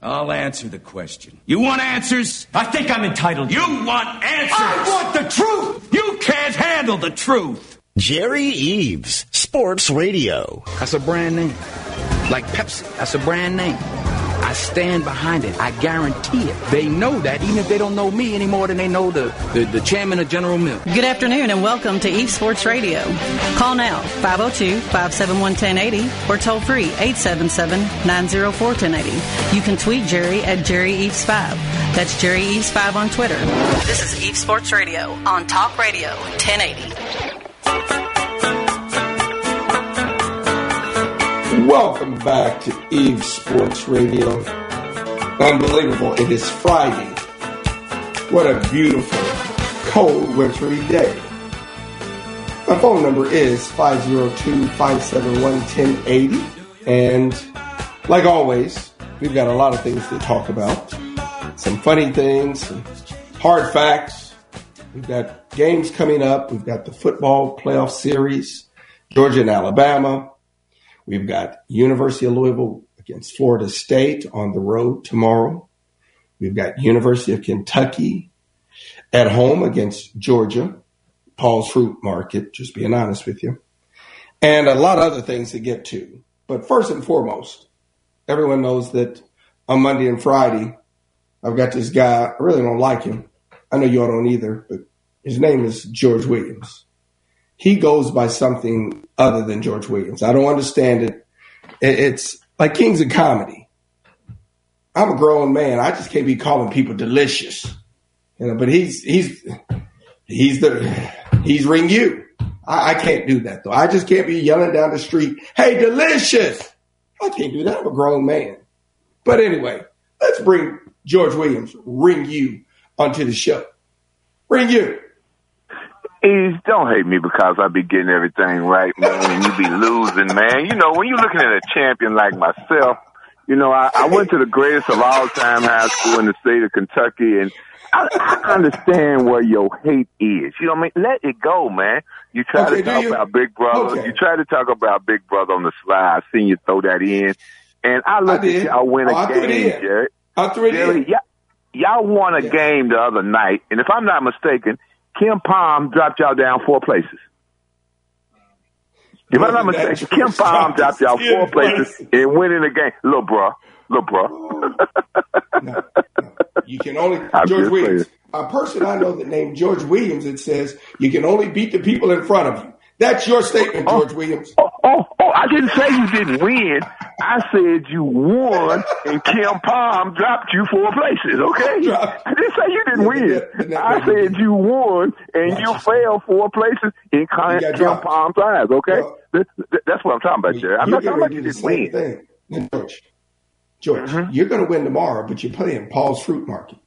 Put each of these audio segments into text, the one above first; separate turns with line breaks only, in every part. I'll answer the question. You want answers?
I think I'm entitled.
You want answers?
I want the truth.
You can't handle the truth.
Jerry Eves, Sports Radio.
That's a brand name. Like Pepsi, that's a brand name. I stand behind it. I guarantee it. They know that, even if they don't know me any more than they know the, the, the chairman of General Mills.
Good afternoon and welcome to Eve Sports Radio. Call now 502 571 1080 or toll free 877 904 1080. You can tweet Jerry at Jerry Eves 5. That's Jerry Eves 5 on Twitter. This is Eve Sports Radio on Talk Radio 1080.
Welcome back to Eve Sports Radio. Unbelievable, it is Friday. What a beautiful, cold, wintry day. My phone number is 502 571 1080. And like always, we've got a lot of things to talk about some funny things, some hard facts. We've got games coming up, we've got the football playoff series, Georgia and Alabama. We've got University of Louisville against Florida State on the road tomorrow. We've got University of Kentucky at home against Georgia, Paul's Fruit Market, just being honest with you, and a lot of other things to get to. But first and foremost, everyone knows that on Monday and Friday, I've got this guy. I really don't like him. I know y'all don't either, but his name is George Williams he goes by something other than George Williams. I don't understand it. It's like Kings of Comedy. I'm a grown man. I just can't be calling people delicious, you know. But he's he's he's the he's ring you. I, I can't do that though. I just can't be yelling down the street, "Hey, delicious!" I can't do that. I'm a grown man. But anyway, let's bring George Williams, ring you, onto the show. Ring you.
Is don't hate me because I be getting everything right, man, and you be losing, man. You know, when you're looking at a champion like myself, you know, I, I went to the greatest of all time high school in the state of Kentucky, and I, I understand where your hate is. You know what I mean? Let it go, man. You try
Okay,
to
do
talk
you-
about Big Brother.
Okay.
You try to talk about Big Brother on the slide. I seen you throw that in, and I looked
did.
at y'all win
Oh, I
a
threw it
game,
in.
Jerry.
I threw it
Jerry,
in.
y'all, y'all won a
Yeah.
game the other night, and if I'm not mistaken, Kim Palm dropped y'all down four places. If I'm not
Look at that.
mistaken, Kim Palm dropped y'all four
Kim
places
Palm.
and winning the game. Look, bruh. Look, bruh.
no, no. You can only
I'm
George
just
Williams. A person I know that named George Williams that says you can only beat the people in front of you. That's your statement, George Williams.
Oh, oh, oh, I didn't say you didn't win. I said you won, and Kim Palm dropped you four places, okay?
Dropped.
I didn't say you didn't
Yeah,
win.
but that- but that-
I said you won, and you
Watch
fell four places in Kim
got
Kim
dropped.
Palm's eyes, okay?
Well-
Th- th- that's what I'm talking about, Jerry. I'm
You're
not talking
gonna
about
do
you
the
didn't
same
win.
Thing. Now, George, George,
Mm-hmm.
you're going to win tomorrow, but you're playing Paul's Fruit Market,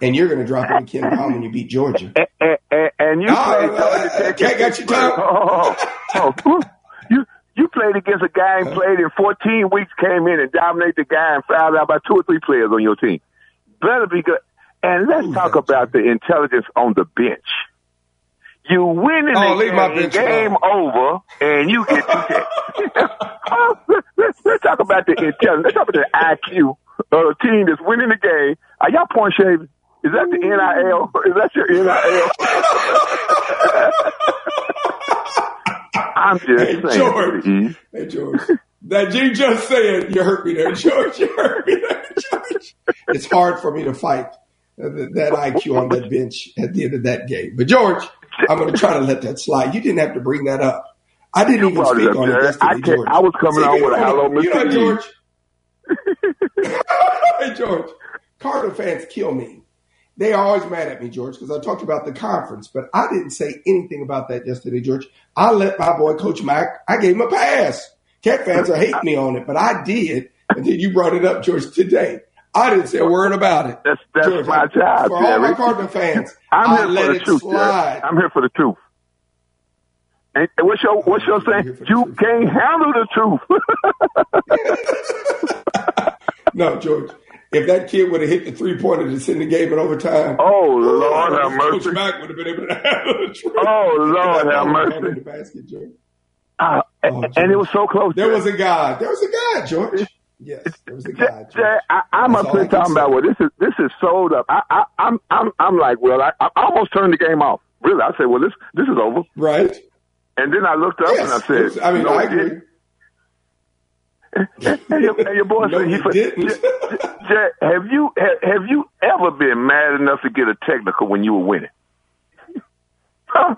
and you're going to drop it to Ken Palm when you beat Georgia.
And, and, and, and you
No, uh,
played Georgia Tech.
Jack, got your time.
Oh, oh, oh. you you played against a guy who played in 14 weeks, came in and dominated the guy and fouled out by two or three players on your team. Better be good. And let's
Ooh,
talk
that's
about the intelligence on the bench. You win in
Oh,
the
leave my
game,
bench
game
Oh.
over, and you get two checks. Oh, let's, let's, let's talk about the intelligence. Let's talk about the IQ of a team that's winning the game. Are y'all point shaving? Is that the NIL? Is that your NIL? I'm just
Hey,
saying.
George.
E.
Hey, George. That you just said, you hurt me there, George. You hurt me there, George. It's hard for me to fight that, that IQ on that bench at the end of that game. But, George, I'm going to try to let that slide. You didn't have to bring that up. I didn't even
brought it
speak
up,
on it
Jared.
yesterday,
I can't-
George.
I was coming
See,
out
you
with a
know-
hello,
You
Mr.
know,
E.
George. hey, George. Cardinal fans kill me. They are always mad at me, George, because I talked about the conference, but I didn't say anything about that yesterday, George. I let my boy Coach Mack, I gave him a pass. Cat fans will hate me on it, but I did. And then you brought it up, George, today. I didn't say a word about it.
That's that's
George,
my job,
For all my
Jerry.
Cardinal fans,
I'm
I
here
let
for the
it
truth. Jerry.
slide.
I'm here for the truth. And and what's your what's your
here for
saying?
the
You
truth.
can't handle the truth.
No, George. If that kid would have hit the three pointer to send the game in overtime,
oh Lord have
Coach
mercy.
Mack would have been able to handle the truth.
Oh Lord have
Handle the
mercy.
basket, George.
Ah,
Oh,
and, and it was so close.
There
Jerry.
was a guy. There was a guy, George. Yes, there was a
Jay,
guy.
Jay,
George.
I, I'm
That's
up
all I
here
can
talking
say.
about. Well, this is this is sold up. I, I I'm I'm I'm like, well, I, I almost turned the game off. Really, I said, well, this this is over.
Right?
And then I looked up and I
Yes.
said,
I mean,
no,
I
it
agree.
didn't. And your, and your boy
No,
said,
he
said,
didn't.
Jay, Jay, have you have, have you ever been mad enough to get a technical when you were winning? Huh?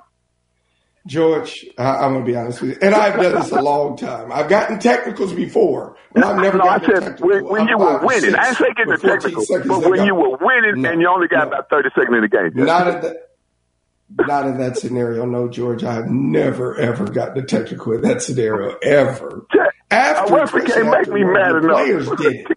George, I, I'm going to be honest with you. And I've done this a long time. I've gotten technicals before, but I've never
no, I
gotten a
said
technical.
when, when
I'm
you were
five or
winning. I didn't
six
say getting a
with 14
technical,
seconds
but
to
when
go.
you were winning
No,
and you only got
no.
about thirty seconds in the game. Jay.
Not in that. Not in that scenario, no, George. I have never ever gotten a technical in that scenario ever.
Jay,
After
Winfrey
especially
can't make
after
me
what
mad
the
enough.
Players did.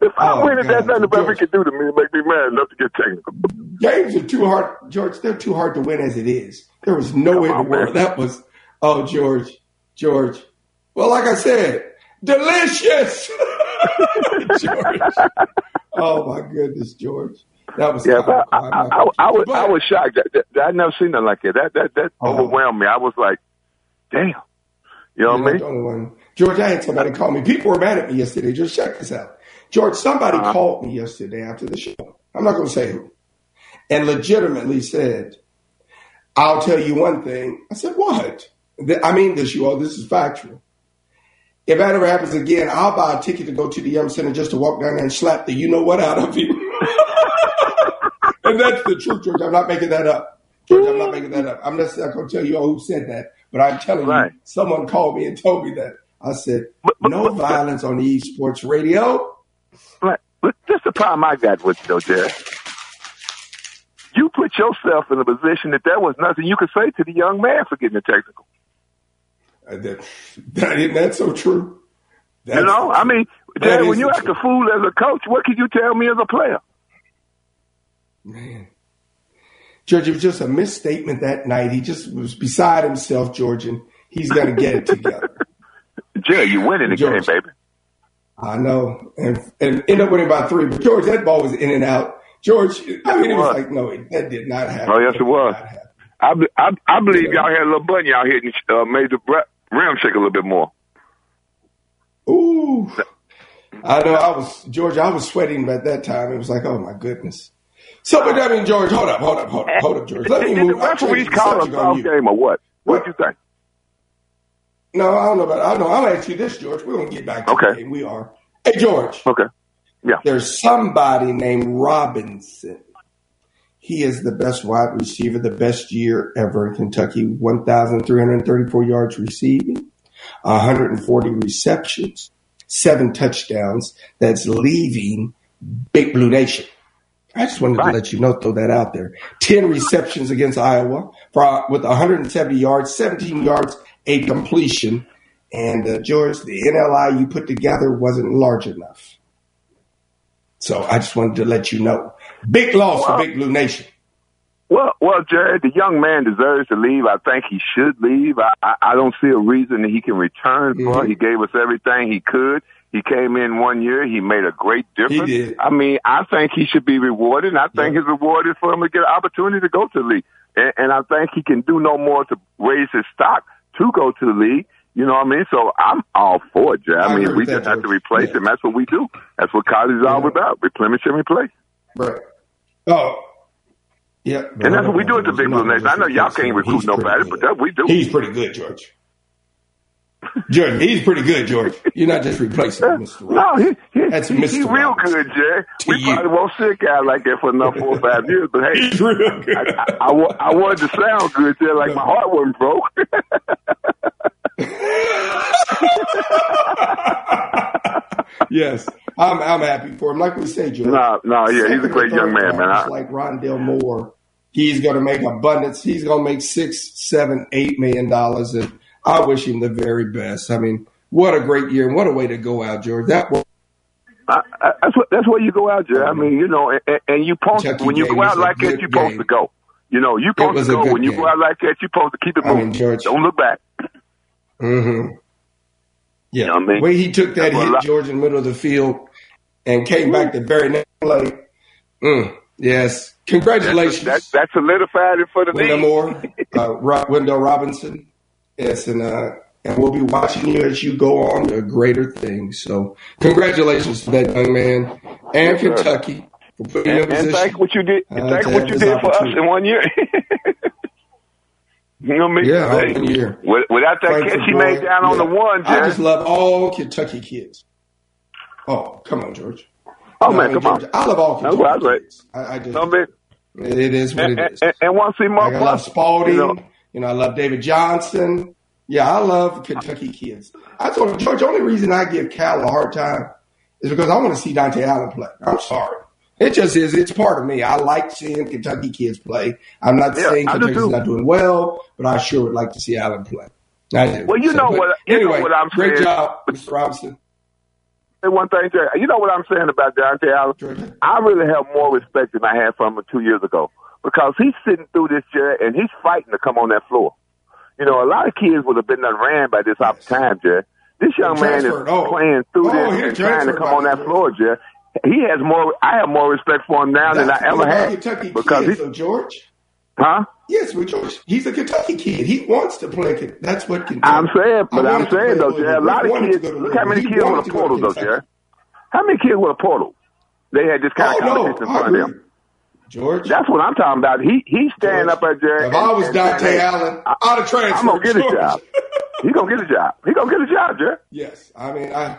If I
Oh,
win it, there's
God.
nothing about we
George.
can do to me to make me mad enough to get technical.
games are too hard, George. They're too hard to win as it is. There was no way in the
on,
world
man.
that was. Oh, George, George. Well, like I said, delicious, George. Oh my goodness, George. That was
Yeah, but
comical.
I,
I'm not
I,
gonna
I, I, was,
kid you.
I was shocked. That, that, that I never seen nothing like that. That that that
Oh.
overwhelmed me. I was like, damn. You know
But
what
you're not the
I mean?
only one. George, I had somebody call me. People were mad at me yesterday. Just check this out, George. Somebody called me yesterday after the show. I'm not going to say who, and legitimately said, I'll tell you one thing. I said, what? Th- I mean this, you all. This is factual. If that ever happens again, I'll buy a ticket to go to the Yum Center just to walk down there and slap the you know what out of you. and that's the truth, George. I'm not making that up. George, I'm not making that up. I'm just not going to tell you all who said that, but I'm telling
Right.
you, someone called me and told me that. I said, no violence on Eve Sports Radio.
Like, but that's the problem I got with you, though, Jerry. You put yourself in a position that there was nothing you could say to the young man for getting a technical.
Uh, That, that, isn't that so true? That's
you know, I mean,
That
Jerry,
is
when you
the
act a
truth.
fool as a coach, what can you tell me as a player?
Man. George, it was just a misstatement that night. He just was beside himself, George, and he's going to get it together.
Jerry, you winning the
George.
game, baby.
I know. And, and end up winning by three. But, George, that ball was in and out. George, I mean, it was
was.
like, no, it, that did not happen.
Oh, yes, it was.
That did not happen.
I, be- I, I believe y'all had a little button y'all hitting uh, made the bra- rim shake a little bit more.
Ooh. I know. I was, George, I was sweating at that time. It was like, oh, my goodness. So, but I mean, George, hold up, hold up, hold up, hold up, George. Let me
Did
move.
the
I'll change
referees
the
call a
subject on
soft
you.
game or what? What do you think?
No, I don't know about. I don't know. I'm gonna ask you this, George. We're gonna get back to
Okay.
the game. We are. Hey, George.
Okay.
There's somebody named Robinson. He is the best wide receiver, the best year ever in Kentucky. 1,334 yards receiving, 140 receptions, seven touchdowns. That's leaving Big Blue Nation. I just wanted to
Right.
let you know, throw that out there. 10 receptions against Iowa for, with 170 yards, 17 yards, a completion. And uh, George, the NLI you put together wasn't large enough. So I just wanted to let you know. Big loss for Big Blue Nation.
Well, well, Jared, the young man deserves to leave. I think he should leave. I, I, I don't see a reason that he can return for. He gave us everything he could. He came in one year. He made a great difference.
He did.
I mean, I think he should be rewarded. And I think his reward is for him to get an opportunity to go to the league. And, and I think he can do no more to raise his stock to go to the league. You know what I mean? So I'm all for it, Jared.
I
I,
agree
mean, we
with
just
that,
have to
George.
replace
Yeah.
him. That's what we do. That's what college is all about. Replenish and replace.
Right. Oh. Yeah.
And that's what we do at the Big Blue Nation. I know y'all can't recruit nobody, but that we do.
He's pretty good, George. George, he's pretty good, George. You're not just replacing Mr. Robinson.
No, he, he,
That's
he,
Mr.
he real
Robinson.
good, Jay.
To
We
you.
probably won't see a guy like that for another four or five years, but hey,
He's real good.
I, I, wa- I wanted to sound good, Jay, like my heart wasn't broke.
yes, I'm I'm happy for him. Like we say, George.
no, no, yeah, he's a great young man, man.
Just
I,
like Rondell Moore, he's going to make abundance. He's going to make six, seven, eight million dollars, and I wish him the very best. I mean, what a great year and what a way to go out, George. That was
I, I, that's what that's where you go out, Jerry. I mean, you know, and, and you post
Kentucky
when you
game
go
was
out
a
like
good
that, you're supposed
game.
to go. You know, you supposed
was
to
a
go
good
when you
game.
go out like that. You're supposed to keep it
I mean,
moving.
George-
Don't look back.
Mm-hmm. Yeah,
know what I mean?
way he took that
That's a
hit,
lot.
George, in the middle of the field, and came back the very next play. Mm, yes, congratulations,
That, that solidified it for the
Wendell
league.
Moore, uh, Ro- Wendell Robinson. Yes, and uh, and we'll be watching you as you go on to greater things. So, congratulations to that young man and
sir.
Kentucky for putting you in
And,
a
and
position.
thank what you did. And
Uh,
thank
to
what
have
you
this
did for us
opportunity.
in one year. you know what I mean?
Yeah,
Hey,
one year.
with- Without that
Frank
catch he
Gore,
made down on
yeah.
the one,
I
Jerry.
just love all Kentucky kids. Oh, come on, George.
oh
No, I
man,
mean,
come on.
Georgia- I love all
That's
Kentucky.
what I was like.
kids. I, I just,
No, man.
it is what
And,
it is.
and, and want to see more
Like I love
plus,
Spalding.
you know.
You know, I love David Johnson. Yeah, I love Kentucky kids. I told you, George, the only reason I give Cal a hard time is because I want to see Dante Allen play. I'm sorry. It just is. It's part of me. I like seeing Kentucky kids play. I'm not
Yeah,
saying
I do
Kentucky's
too.
not doing well, but I sure would like to see Allen play. I do.
Well, you know
but
what- you know
anyway,
what I'm
great
saying.
job, Mr. Robinson.
Say one thing, Jerry. You know what I'm saying about Dante Allen?
Georgia.
I really have more respect than I had for him two years ago because he's sitting through this chair and he's fighting to come on that floor. You know, a lot of kids would have been done ran by this out of time, Jerry. This young man is
Transferred. Oh.
playing through
Oh, he
this and trying to
transferred
come on
by
that
the-
floor, Jerry. He has more. I have more respect for him now than I
That's
ever
about
had
Kentucky
because
kids,
he,
though, George.
huh?
Yes, with George. He's a Kentucky kid. He wants to play. Ken- That's what Kentucky.
I'm saying, but
I
I'm
wanted to play
saying though,
Louisville.
Jerry, a
We
lot of
wanted to
kids.
go to
Look how many
Louisville. He
kids were
wanted
a
to go to
portal though,
Kentucky.
Jerry. How many kids were a portal? They had this kind
Oh
of competition
no,
in
I
front of them.
agree, George.
That's what I'm talking about. He he's standing
George,
up at Jerry.
If I was Dante Allen,
I,
I'd have transferred.
am gonna get a
George.
job. He gonna get a job. He gonna get a job, Jerry.
yes, I mean, I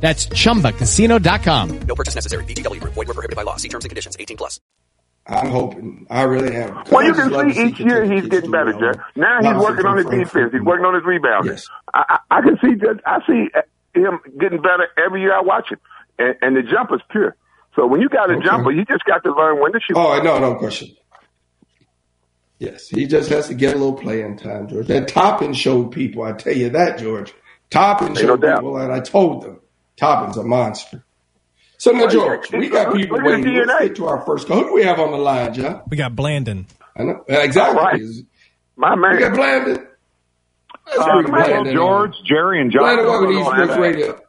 That's chumbacasino.com.
I'm hoping. I really am.
Well, you
I just love
can
to
see each year
Kentucky
he's
kids
getting
do
better,
well.
Jerry. Now
Love
he's
to see
working on his
Frank
defense. He's
Franklin.
working on his rebounding.
Yes.
I, I I can see that. I see uh, him getting better every year I watch him, and, and the jump is pure. So when you got a jumper, you just got to learn when to shoot.
Oh, no, no question. Yes, he just has to get a little playing time, George. That Toppin showed people, I tell you that, George. Toppin
no
showed
doubt.
people, and I told them, Toppin's a monster. So now, George, we got
Look at
people
the
waiting. Let's
DNA.
get to our first call. Who do we have on the line, John?
We got Blandon.
I know exactly.
All right. My
We got
man,
Blandon. Let's
Uh,
bring
come on,
Blandon.
George, Jerry, and
on.
John.
Blandon, welcome to East
What's going on,
Sports
man?
Radio.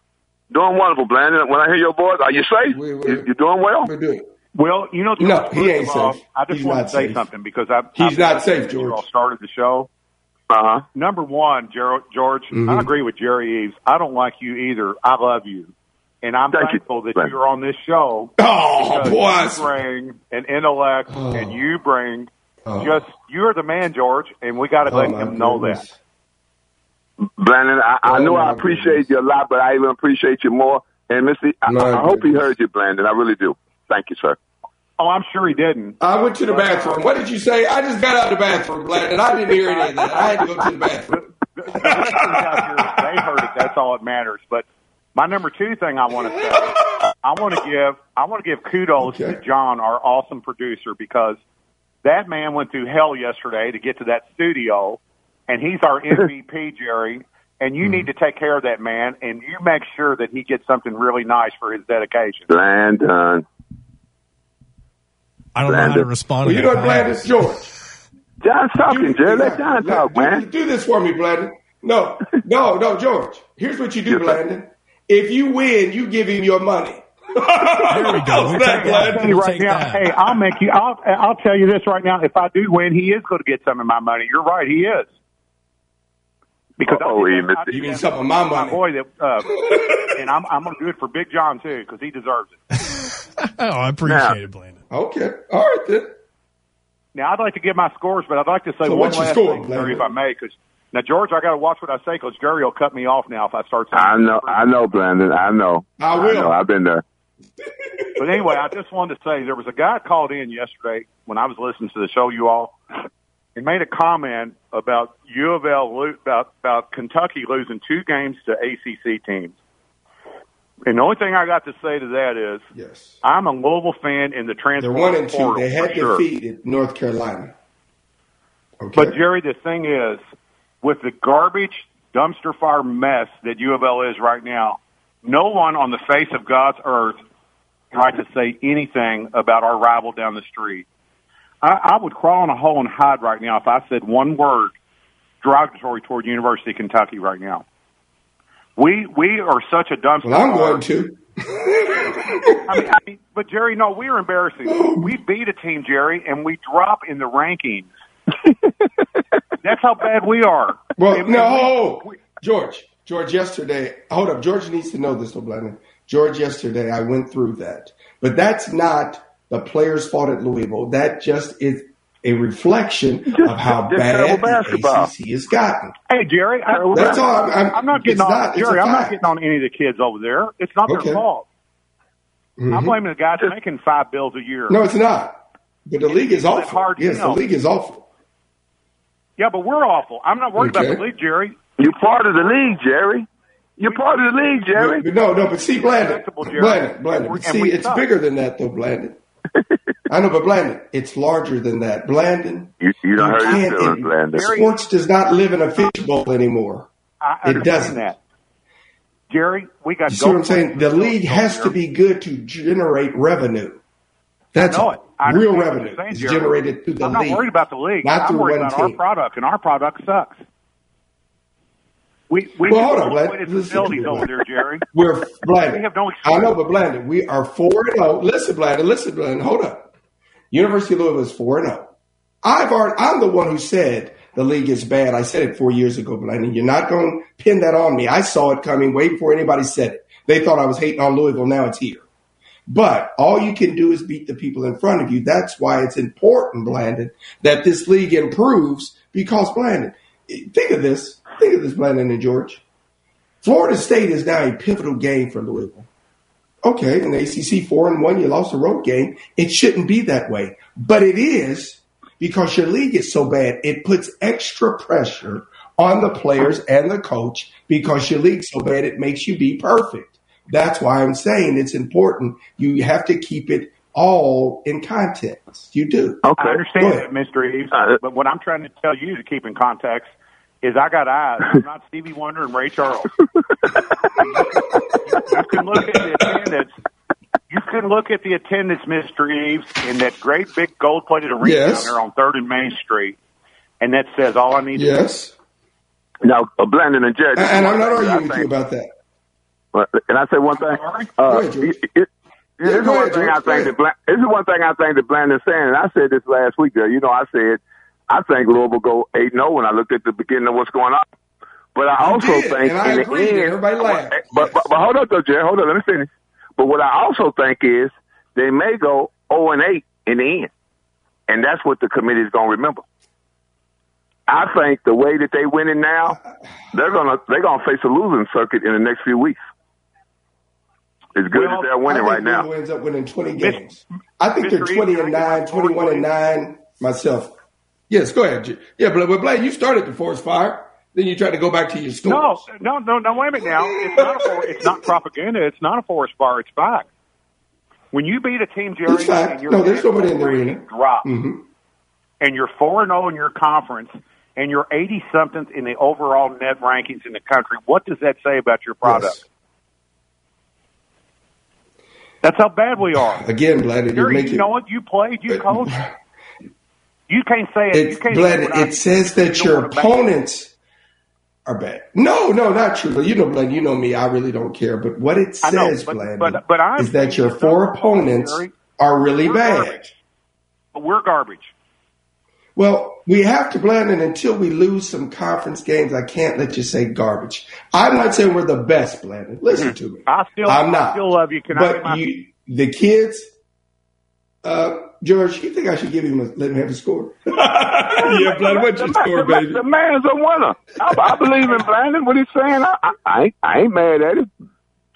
doing wonderful, Blandon. When I hear your voice, are you safe?
We- we-
you, you doing well?
We're doing it.
Well, you know,
No,
George,
he
first
ain't
of all,
safe.
I just
He's
want
not
to say
safe.
something because I,
He's
I,
not safe,
You all
George. Uh-huh.
started the show.
Uh huh.
Number one, Gerald, George,
Mm-hmm.
I agree with Jerry Eves. I don't like you either. I love you, and I'm
Thank you.
thankful that
Thank
you're on this show.
Oh, boy. I
you bring an intellect, and you bring
Oh.
just you're the man, George, and we got to
Oh,
let
my
him know
goodness.
that.
Blandon, I, I
Oh,
know
my
I appreciate
goodness.
you a lot, but I even appreciate you more. And Missy, I,
My
I hope he
goodness.
heard you, Blandon. I really do. Thank you, sir.
Oh, I'm sure he didn't.
I went to the bathroom. What did you say? I just got out of the bathroom, Glenn, and I didn't hear any of that. I had to go to the bathroom.
The listeners out here, they heard it. That's all that matters. But my number two thing I want to say, I want to give, I want to give kudos
Okay.
to John, our awesome producer, because that man went through hell yesterday to get to that studio, and he's our MVP, Jerry. And you
Mm-hmm.
need to take care of that man, and you make sure that he gets something really nice for his dedication.
Blandon.
I don't know how to
Blandon.
respond
Well, you
to
know,
that.
Glenn, it's George.
John's talking,
You-
Jerry. Let
yeah,
John
yeah,
talk,
do,
man.
Do this for me, Glenn. No, no, no, George. Here's what you do,
Yes, sir.
Glenn. If you win, you give him your money.
There we go. We'll take
That
that.
Glenn.
Hey,
We'll
right
take
now,
that.
hey, I'll make you. I'll, I'll tell you this right now. If I do win, he is going to get some of my money. You're right, he is. Because
Oh,
Uh-oh,
I
he
did that-
missed
I
it.
did
You mean
that
some of my
for
money?
my boy that, uh, and I'm I'm going to do it for Big John too because he deserves it.
Oh, I appreciate
Now-
it, Blandon.
Okay. All right, then.
Now I'd like to give my scores, but I'd like to say
So
one
what's your
last
score,
thing,
Blaine?
Jerry, if I may. Because now George, I got to watch what I say because Jerry will cut me off now if I start. saying-
I know, I know, Blandon. I know.
I will.
know. I've been there.
But anyway, I just wanted to say there was a guy called in yesterday when I was listening to the show, you all, and made a comment about U of L lo- about about Kentucky losing two games to ACC teams. And the only thing I got to say to that is,
yes,
I'm a Louisville fan in the transfer
They're one and two.
portal
They
for
had
sure.
defeated North Carolina. Okay.
But Jerry, the thing is, with the garbage dumpster fire mess that U of L is right now, no one on the face of God's earth tried to say anything about our rival down the street. I, I would crawl in a hole and hide right now if I said one word derogatory toward University of Kentucky right now. We we are such a dumpster.
well, I'm
fire.
going to.
I mean, I mean, but Jerry, no, we're embarrassing. We beat a team, Jerry, and we drop in the rankings. That's how bad we are.
Well, no, George. George, yesterday, hold up. George needs to know this, O'Blaney. George, yesterday, I went through that. But that's not the players' fault at Louisville. That just is a reflection of how
just
bad
terrible
the
basketball.
ACC has gotten.
Hey, Jerry, I,
That's all. I'm, I'm,
I'm not getting
it's
on
not- it's
Jerry.
a
I'm not
fact.
getting on any of the kids over there. It's not
Okay.
their fault. I'm
Mhm.
blaming the guys making five bills a year.
No, it's not. But the league is
It's a
awful.
hard
yes,
sell.
the league is awful.
Yeah, but we're awful. I'm not worried
Okay.
about the league, Jerry.
You're part of the league, Jerry. You're part of the league, Jerry.
But no, no. But see, Blandon,
Respectable, Jerry.
Blandon, Blandon.
And we-
But
and
see,
we
it's
suck.
bigger than that, though, Blandon. I know, but Blandon, it's larger than that, Blandon.
You, you don't hurt
can't-
your feelings, Landon.
Sports does not live in a fishbowl anymore.
I
It
understand
doesn't.
that. Jerry, we got.
You see what I'm
gold
saying? The
medals
league
over
has
there.
to be good to generate revenue. That's
I know it. I
real
understand what
revenue
you're saying,
is
Jerry.
generated through the
I'm
league.
not worried about the league.
Not
I'm
through
worried
one
about our
team.
product, and our product sucks. We we
Well, hold
have
on, let-
liquidated
listen to
facilities
me.
over there, Jerry.
We're
We
blinded.
have no
I know, but blinded. We are four and zero. Listen, blinded. Listen, blinded. Hold up. University of Louisville is four and zero. I've already, I'm the one who said the league is bad. I said it four years ago, blinded. You're not going to pin that on me. I saw it coming way before anybody said it. They thought I was hating on Louisville. Now it's here. But all you can do is beat the people in front of you. That's why it's important, Blandon, that this league improves because Blandon, think of this. Think of this, Blandon and George. Florida State is now a pivotal game for Louisville. Okay, in the ACC four and one, you lost a road game. It shouldn't be that way, but it is because your league is so bad. It puts extra pressure on the players and the coach because your league's so bad. It makes you be perfect. That's why I'm saying it's important. You have to keep it all in context. You do.
I
Go
understand
ahead.
that, Mr. Eves,
Uh,
but what I'm trying to tell you to keep in context is I got eyes. I'm not Stevie Wonder and Ray Charles. you can look at the attendance. You can look at the attendance, Mr. Eves, in that great big gold-plated arena
Yes.
down there on Third and Main Street, and that says all I need.
Yes,
Now, uh, Blandon and Jerry.
and, and I'm not
I
arguing with you
think-
about that.
Well, Can I say one thing?
Go
Uh,
ahead, George.
it, it,
Yeah,
this is
go
one
ahead,
thing
George.
I
Go
think
ahead.
that Bla- this is one thing I think that Blandon's saying, and I said this last week. There, you know, I said I think Louisville go eight zero when I looked at the beginning of what's going on. But I
You
also
did,
think
and I
in
agree.
the end,
Everybody laughed.
But, but but hold up though, Jerry. Hold up. Let me finish. But what I also think is they may go zero and eight in the end, and that's what the committee is going to remember. I think the way that they winning now, they're gonna they're gonna face a losing circuit in the next few weeks. As good
Well,
as they're winning
I think
right now.
Louisville ends up winning 20
Mis-
games. I think they're
Mr. Eaton,
20
can I
and
get
9,
my story,
21 and
please?
9 myself. Yes, go ahead. Ju- Yeah, but, but Blaine, you started the forest fire. Then you tried to go back to your school.
No, no, no, no. Wait a minute now. It's not a for, it's not propaganda. It's not a forest fire. It's fact. When you beat a team, Jerry,
It's fact.
and your
No, there's
national
nobody in the
ranking
arena.
Drop,
Mhm.
and you're four and zero in your conference, and you're eighty somethings in the overall net rankings in the country. What does that say about your product?
Yes.
That's how bad we are.
Again, Blaine, you're
Jerry,
making.
you know what? You played. You coached. You can't say it. you
It's
can't
Blaine,
say what I-
it says that
you
your
don't wanna back-
opponents are bad. No, no, not true. You know, Blaine, you know me. I really don't care. But what it
I know,
says,
but-
Blaine,
but- but I'm
is that your
saying
four
something,
opponents
Jerry.
are really
We're
bad.
garbage. We're garbage.
Well, we have to blend in until we lose some conference games. I can't let you say garbage. I'm not saying we're the best, Blandon. Listen to me.
Mm-hmm. I still-
I'm
I
not.
still love you. Can I
but
get my-
you, the kids, uh, George, you think I should give him a, let him have a score? yeah, Blandon, what's your score,
the,
baby?
the man's a winner. I, I believe in Blandon. What he's saying, I, I, I, ain't, I ain't mad at him.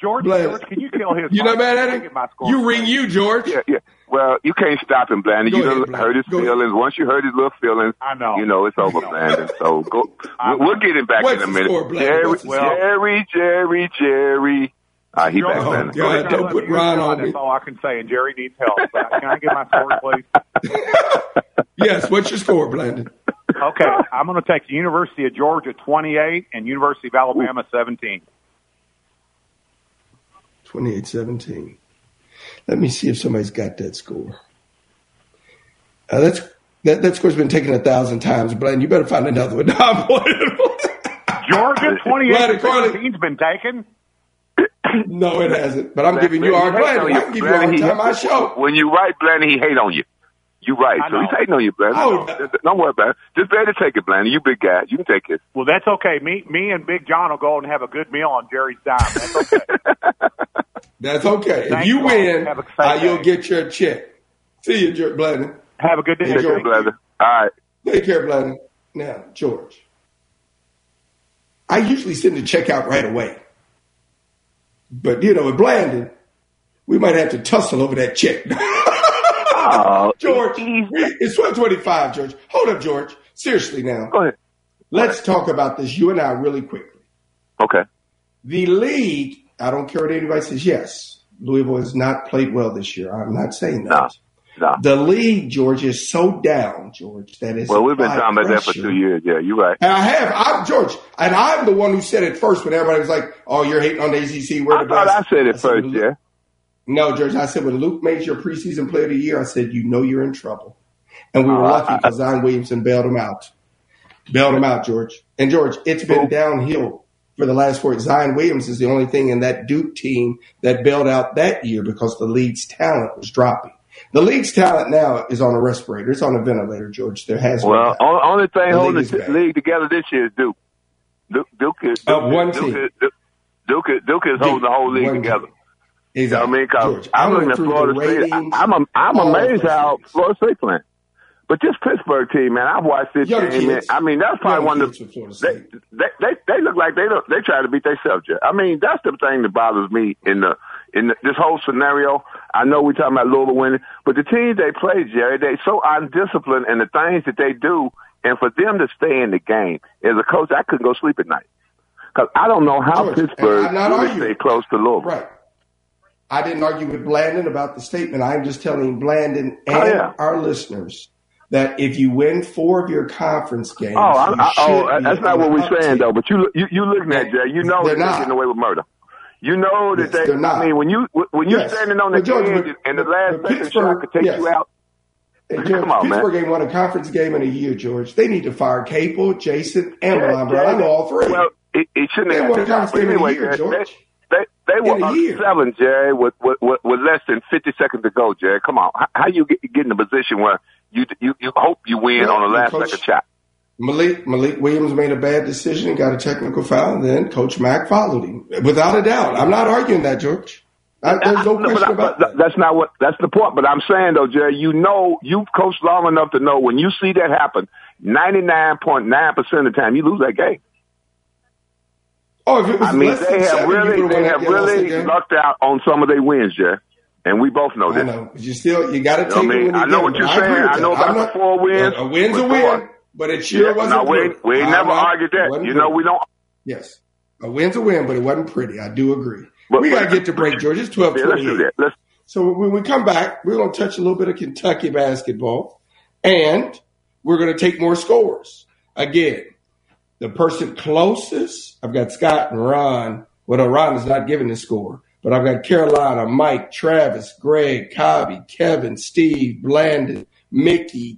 George,
Blaine.
George, can you kill his?
You
mic?
not mad at
I
it?
get my score.
You ring you, George. Yeah, yeah. Well, you can't stop him, Blandon.
Go
You
ahead,
done hurt his feelings. Once you hurt his little feelings, I know. You know it's over, Blandon. So go. We'll, we'll get him back
What's
in a
the
minute.
score, Blandon?
Jerry,
What's the score?
Jerry, Jerry, Jerry. Ah, he back, Blandon. Go ahead.
Don't put Ron on That's all I can say. And Jerry needs help. But can I get my score, please?
Yes, what's your score, Blandon?
Okay, I'm going to take the University of Georgia 28 and University of Alabama 17.
28 17. Let me see if somebody's got that score. Uh, that's, that, that score's been taken a thousand times, Blandon. You better find another one. I'm
Georgia 28
Glad
and 17's been taken.
No, it hasn't. But I'm giving you our
Blandon,
credit.
he hates on
I'm giving you our
Blandon, he-
time. I show.
When you right, Blandon, he hate on you. You right. So he's hating on you, Blandon. Just- Don't worry about it. Just better take it, Blandon. You big guy. You can take it.
Well, that's okay. Me, me, and Big John will go and have a good meal on Jerry's dime. That's okay.
That's okay.
Thank
if you
you all.
win,
Have a safe
uh, you'll
day.
get your check. See you, Jer- Blandon.
Have a good
Take it, Blandon. All right.
Take care, Blandon. Now, George. I usually send the check out right away. But, you know, with Blandon, we might have to tussle over that check.
Oh,
George, we- it's 1225, George. Hold up, George. Seriously now. Go
ahead.
Let's talk about this, you and I, really quickly.
Okay.
The league, I don't care what anybody says, yes, Louisville has not played well this year. I'm not saying that.
Nah.
The league, George, is so down, George, that it's
Well, we've been
applied
talking about that for
pressure.
two years. Yeah, you're right.
And I have, I'm George, and I'm the one who said it first when everybody was like, "Oh, you're hating on the ACC." We're
I
the
thought I
best.
said it first, yeah.
No, George, I said when Luke made your preseason player of the year, I said you know you're in trouble, and we were
Uh,
lucky because Zion Williamson bailed him out, bailed him out, George. And George, it's been downhill for the last four. Zion Williams is the only thing in that Duke team that bailed out that year because the league's talent was dropping. The league's talent now is on a respirator. It's on a ventilator, George. There has been
Well, on- only thing
The
holding
league is
the
bad.
league together this year is Duke. Duke, Duke is Duke,
Of one
is-
team.
Duke, is- Duke, Duke, is- Duke is holding the whole league together.
You
know what I mean? 'Cause
I
I'm
went
looking at
through the
Florida State. I,
ratings,
I'm, am- I'm
all
amazed
those
how Florida State playing. But this Pittsburgh team, man, I've watched this
Young
team.
kids.
and I mean, that's probably
Young
one of
kids
the.
with Florida
They, they, they, they look like they look, they try to beat themselves. Jeff. I mean, that's the thing that bothers me in the in the, this whole scenario. I know we're talking about Louisville winning, but the team they play, Jerry, they so undisciplined in the things that they do, and for them to stay in the game as a coach, I couldn't go sleep at night because I don't know how
George, and
Pittsburgh
I'm not
really
arguing.
stay close to Louisville.
Right. I didn't argue with Blandon about the statement. I'm just telling Blandon and
Oh, yeah.
our listeners that if you win four of your conference games,
Oh, I,
you
I,
should
oh,
be
that's not
on
what
the
we're saying
uptick.
though. But you you you looking at Jay, you know
They're
they're
not.
getting away with murder. You know that
Yes,
they.
they're not.
I mean, when you when you're
Yes.
standing on the
But George,
edge
but-
and the last
but
second shot could take
yes.
you out.
And George,
Come on, man.
Pittsburgh ain't won a conference game in a year, George. They need to fire Capel, Jason, and
Yeah,
Ron Brown. I know all three.
Well, it, it shouldn't
They
have
won a
happened.
conference game in a
anyway,
year,
Jerry,
George.
They, they, they
In
were
a
up
year.
seven, Jerry, with, with with with less than fifty seconds to go. Jerry, come on, how, how you get, get in a position where you you you hope you win
Well,
on the last
Coach-
second shot?
Malik Malik Williams made a bad decision and got a technical foul, and then Coach Mack followed him. Without a doubt. I'm not arguing that, George. I, there's no
No, but
question
I-
about
but That's not what. That's the point. But I'm saying though, Jerry, you know, you've coached long enough to know when you see that happen, 99.9 percent of the time you lose that game.
Oh, if it was
I mean,
less
they
than
have
seven, you
really,
would've
they
won that
have
game, lost that
really
game.
lucked out on some of their wins, Jerry, and we both know
I
this.
know, but you still you got to
You know
take
what I mean?
it when you
I know
get
what
it.
you're
I agree
saying.
with
I
that.
know about
I'm
the
not-
four wins.
A win's a
With
win,
four.
but it sure
Yeah,
wasn't.
no, we-
pretty.
we
I'm
never
not-
argued that.
wasn't
You know,
pretty.
we don't-
Yes, a win's a win, but it wasn't pretty. I do agree.
But-
we got to
but-
get to break, George. It's twelve
Yeah, let's do that. Let's
So when we come back, we're going to touch a little bit of Kentucky basketball, and we're going to take more scores. Again, the person closest, I've got Scott and Ron. Well, no, Ron is not giving the score, but I've got Carolina, Mike, Travis, Greg, Cobby, Kevin, Steve, Blandon, Mickey,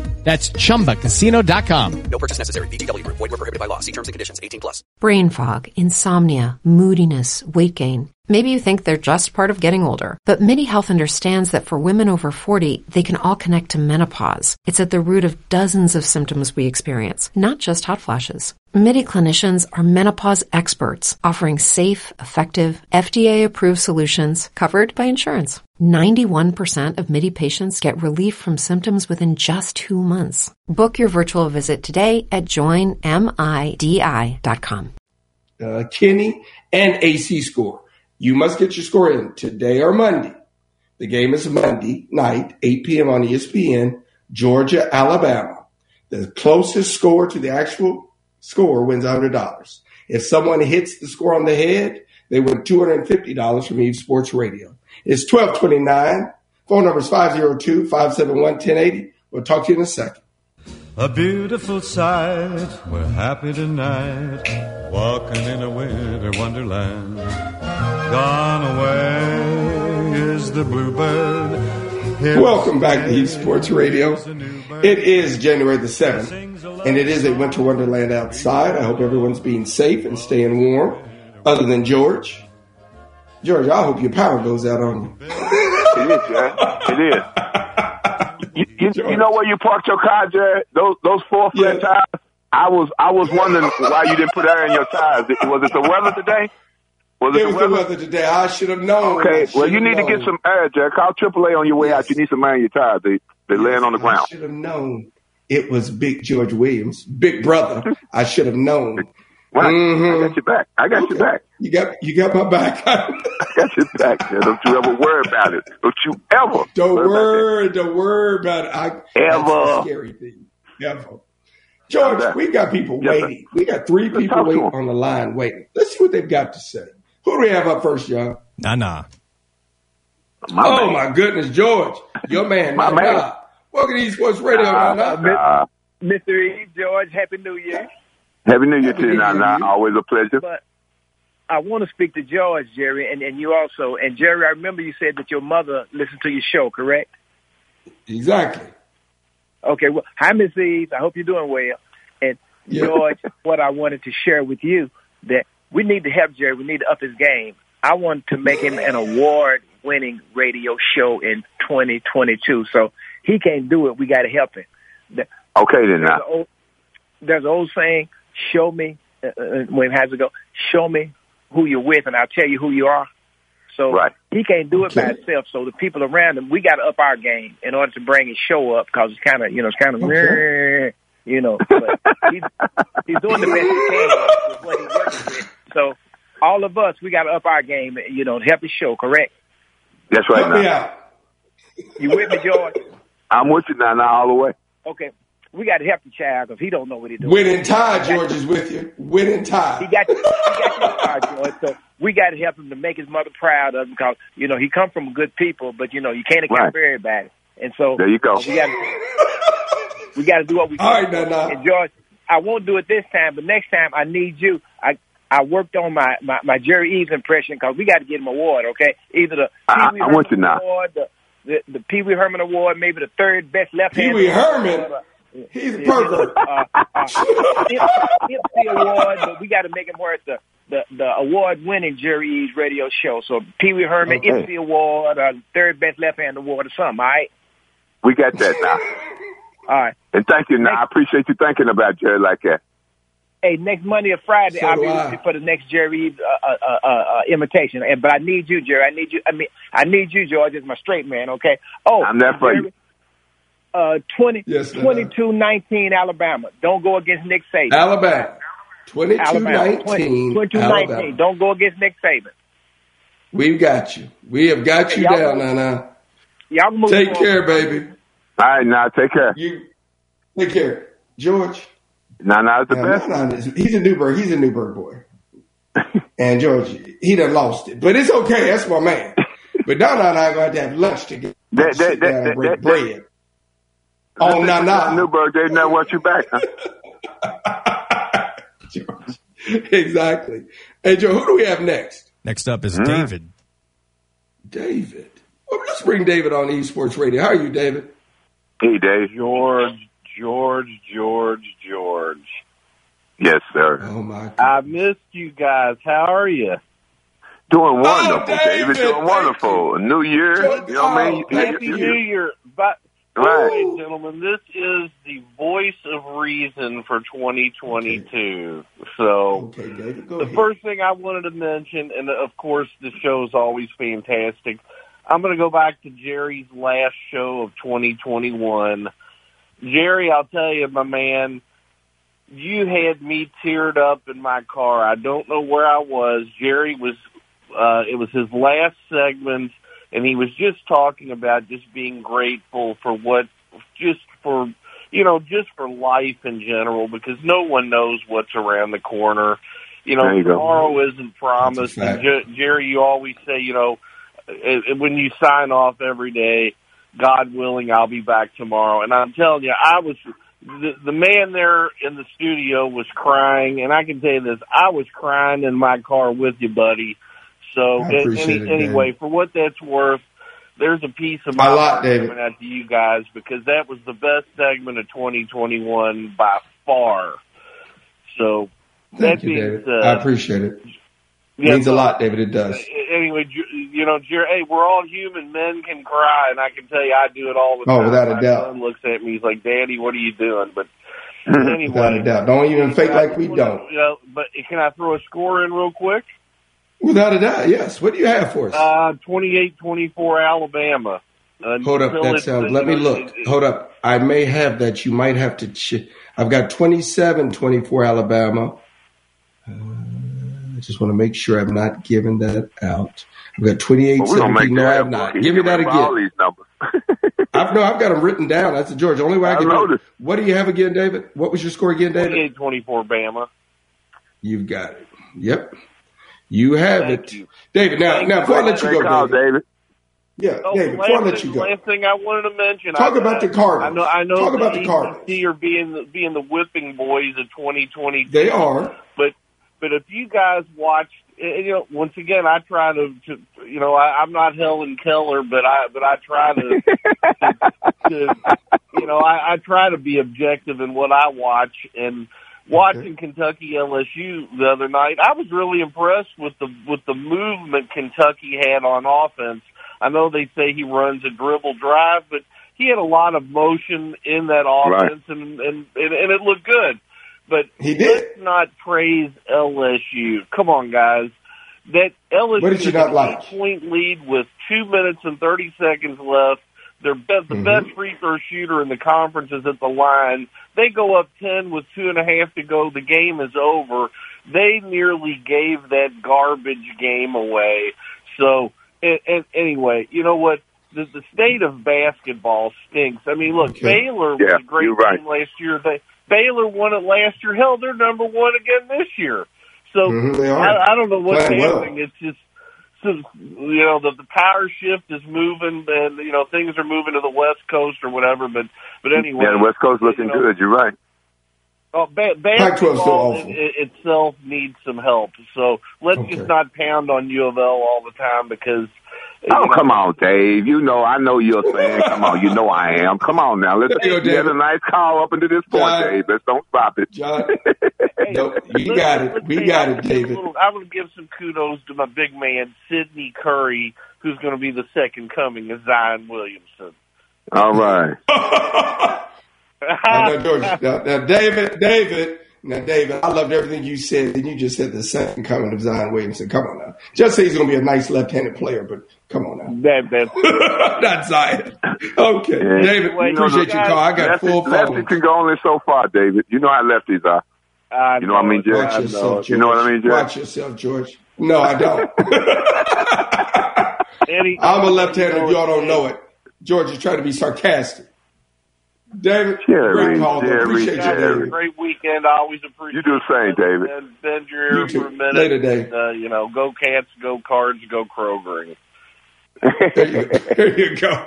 That's chumbacasino.com.
No purchase necessary. VGW Group. Void were prohibited by law. See terms and conditions. 18 plus.
Brain fog, insomnia, moodiness, weight gain.
Maybe you think they're just part of getting older, but MIDI Health understands that for women over 40, they can all connect to menopause. It's at the root of dozens of symptoms we experience, not just hot flashes. MIDI clinicians are menopause experts, offering safe, effective, FDA approved solutions covered by insurance. 91% of MIDI patients get relief from symptoms within just two months. Book your virtual visit today at joinmidi.com.
uh, Kenny, and AC score. You must get your score in today or Monday. The game is Monday night, 8 p.m. on E ESPN, Georgia, Alabama. The closest score to the actual score wins $100. If someone hits the score on the head, they win $250 from Eve Sports Radio. It's 1229. Phone number is 502-571-1080. We'll talk to you in a second.
A beautiful sight, we're happy tonight, walking in a winter wonderland. Gone away is the bluebird. Here-
Welcome back to Heat Sports Radio. It is January the 7th, and it is a winter wonderland outside. I hope everyone's being safe and staying warm, other than George. George, I hope your power goes out on you.
It is, Jared. It is. You, you, you know where you parked your car, Jared? Those those four flat tires. I was I was wondering why you didn't put air in your tires. Was it the weather today? Was it,
It was the weather today. I should have known. I
Okay.
should
Well, you
have
need to
known.
get some air, Jared. Call AAA on your way out. You need some air in your tires. They they're laying on the
I
ground.
should have known it was Big George Williams, Big Brother. I should have known. Mm-hmm.
Right. I got your back. I got your back.
You got you got my back.
I got your back, Jared. Don't you ever worry about it. Don't you ever.
Don't
worry
worry,
about it.
don't worry about it. I, that's the
Ever.
scary thing. Ever. George, we got people
Yes, sir.
waiting. We got three people waiting on the line waiting. Let's see what they've got to say. Who do we have up first, y'all?
Nah, nah.
oh my goodness, George, your man,
My
Nah,
man.
Nah. Welcome to East Sports Radio. Nah, Nah.
Uh,
Mr. E, George, Happy New Year.
Happy New Year to you, Nana. Always a pleasure.
But I want to speak to George, Jerry, and, and you also. And Jerry, I remember you said that your mother listened to your show, correct?
Exactly.
Okay, well, hi, Miss Eves. I hope you're doing well. And
Yeah.
George, what I wanted to share with you that we need to help Jerry. We need to up his game. I want to make him an award-winning radio show in 2022. So he can't do it. We got to help him. The-
Okay, then.
There's
Now.
an old, there's an old saying, show me, uh, uh, when it has to go, show me who you're with and I'll tell you who you are. So he can't do it by himself. So the people around him, we got to up our game in order to bring his show up because it's kind of, you know, it's kind of,
Okay.
you know, but he's, he's doing the best he can with what he's working with. So all of us, we got to up our game, you know, to help his show, correct?
That's right,
Help me
Nana.
out.
You with me, George?
I'm with you, Nana, all the way.
Okay. We got to help the child because he don't know what he's doing.
Win and tie, George is with you. Win and tie.
He got he got your card, George. So we got to help him to make his mother proud of him because you know he come from good people, but you know you can't account
Right.
for everybody. And so
There you go.
We got we got to do what we.
All
can.
right, now, now.
And George, I won't do it this time, but next time I need you. I I worked on my my, my Jerry Eves impression because we got to get him an award. Okay, either the
I-
Pee Wee
I- I want you
Herman
now.
award, the the, the Pee Wee Herman award, maybe the third best left hand.
Pee Wee Herman?
He's a
pervert.
Uh, uh, it's the award, but we got to make him worth the the, the award winning Jerry E's radio show. So Pee Wee Herman,
Okay.
it's the award, uh, third best left hand award or something. All right,
We got that, now.
all right.
And thank you, now. I appreciate you thinking about Jerry like that.
Hey, next Monday or Friday,
So
I'll
do
be
I.
with you for the next Jerry Eves, uh, uh, uh, uh, uh, imitation. And but I need you, Jerry. I need you. I mean, I need you, George, as my straight man. Okay. Oh,
I'm there for
Jerry,
you.
Uh, 20,
Yes, sir.
22-19 Alabama. Don't go against Nick Saban.
Alabama. 22-19
Alabama. 20, 22-19.
Alabama.
Don't go against Nick Saban.
We've got you. We have got you
Y'all-
down, Nana.
Y'all move
Take
forward.
care, baby.
All right, now, take care.
You take care, George.
Nana is the
Now,
best.
Nana is- he's a Newburgh. He's a Newburgh boy. and George, he done lost it, but it's okay. That's my man. But Nana and I are going to have lunch together.
That- that-
Sit
that-
down and
that-
break
that-
bread. oh,
Listen,
Nana.
Newberg, they never want you back. huh?
exactly. Hey, Joe, who do we have next?
Next up is David.
David. Well, let's bring David on Esports Radio. How are you, David?
Hey, Dave.
George, George, George, George.
Yes, sir.
Oh, my.
I missed you guys. How are you?
Doing wonderful, David. Doing wonderful. New year. You know what I mean? You-
Happy
you- you-
New Year. But,
Right.
by the way, gentlemen, this is the voice of reason for 2022. So, the first thing I wanted to mention, and of course, the show's always fantastic. I'm going to go back to Jerry's last show of 2021. Jerry, I'll tell you, my man, you had me teared up in my car. I don't know where I was. Jerry was, uh, it was his last segment, and he was just talking about just being grateful for what, just for, you know, just for life in general, because no one knows what's around the corner. You know,
There you go.
tomorrow isn't promised. And Jer- Jerry, you always say, you know, uh, when you sign off every day, God willing, I'll be back tomorrow. And I'm telling you, I was the, the man there in the studio was crying, and I can tell you this: I was crying in my car with you, buddy. So
I
a-
appreciate
any,
it, Dave.
anyway, for what that's worth, there's a piece of my
A lot,
heart
David.
coming out to you guys because that was the best segment of 2021 by far. So
Thank
that uh,
you,
being
David.
said,
I appreciate it.
Yeah,
means
so-
a lot, David. It does.
a- anyway, Jer- you know, Jerry, hey, we're all human. Men can cry, and I can tell you, I do it all the
Oh,
time.
without a
My
doubt.
son looks at me, he's like, "Daddy, what are you doing?" But anyway,
Without a doubt. Don't even fake like we don't.
You know, but can I throw a score in real quick?
Without a doubt, yes. What do you have for us?
Uh, 28-24 Alabama. Uh,
Hold up,
until
that
it's-
sounds. Let me
you know,
look. Hold up, I may have that. You might have to. Ch- I've got 27 24 Alabama. Uh, I just want to make sure I'm not giving that out. I've got 28
Well, we're
17.
gonna make
No, I
that
have
up.
not.
Keep
Give me that
remember All
again.
these numbers.
I've no, I've got them written down. That's the George. Only way I can do it. What do you have again, David? What was your score again, David?
28-24 Bama.
You've got it. Yep. You have it. David, now,
Thank
now
you.
before I let you
Great
go,
call,
David.
David.
Yeah,
Oh,
David,
the
before I
last
let
thing-
you go.
Last thing I wanted to mention.
Talk
I,
about the
I
Cardinals.
know. I know
Talk
the
about the Cardinals.
ACC are being being the whipping boys of 2022.
They are.
But but if you guys watched, and, you know, once again, I try to, to you know, I, I'm not Helen Keller, but I but I try to, to, to you know, I, I try to be objective in what I watch and. Watching Kentucky LSU the other night, I was really impressed with the with the movement Kentucky had on offense. I know they say he runs a dribble drive, but he had a lot of motion in that offense, and, and and and it looked good. But
he did.
let's not praise LSU. Come on, guys. That LSU
What did you
is
not
an
like?
eight-point lead with two minutes and thirty seconds left. Their best,
Mm-hmm.
the best free throw shooter in the conference is at the line. They go up ten with two and a half to go. The game is over. They nearly gave that garbage game away. So, and, and anyway, you know what? The, the state of basketball stinks. I mean, look, Baylor was
Yeah,
a great
you're right.
team last year. They, Baylor won it last year. Hell, they're number one again this year. So
Mhm, they are.
I, I don't know what's
Playing well.
happening. It's just so, you know the, the power shift is moving, and you know things are moving to the West Coast or whatever. But but anyway,
yeah, the West Coast looking
you know,
good. You're right.
Oh, ba-
Pac-12 is still
basketball
awful.
i- i- itself needs some help. So let's just not pound on U of L all the time because
Oh, come on, Dave. You know, I know you're a fan. Come on, you know I am. Come on now. Let's
There you go,
you had a
David.
nice call up until this point, Dave. Let's don't stop it.
John, no, you got it. We
Hey,
got
I'm
it,
gonna give a
David.
little- I'm going to give some kudos to my big man Sidney Curry, who's going to be the second coming of Zion Williamson.
All right.
Now, now, George, now, now, David, David, now, David, I loved everything you said. Then you just said the second coming of Zion Williamson. Come on now. Just say he's going to be a nice left-handed player, but come on now.
That, that's
not Zion. Okay,
Yeah.
David,
You know,
appreciate your call. I got
Lefty-
full
Lefty
phone.
can go only so far, David. You know how lefties are.
I
you know what I mean,
know it.
Jerry?
Watch yourself,
you know what I mean, Jerry?
Watch yourself, George. No, I don't.
Eddie,
I'm a left-hander. If y'all don't know it, George is trying to be sarcastic. David,
Jerry,
great call. Though.
Jerry,
Appreciate you,
Guys,
David.
have a great weekend. I always appreciate
You do the same, David.
And bend your ear
You too.
for a minute.
Later, Dave.
Uh, you know, go cats, go cards, go Krogering.
There you, there you go.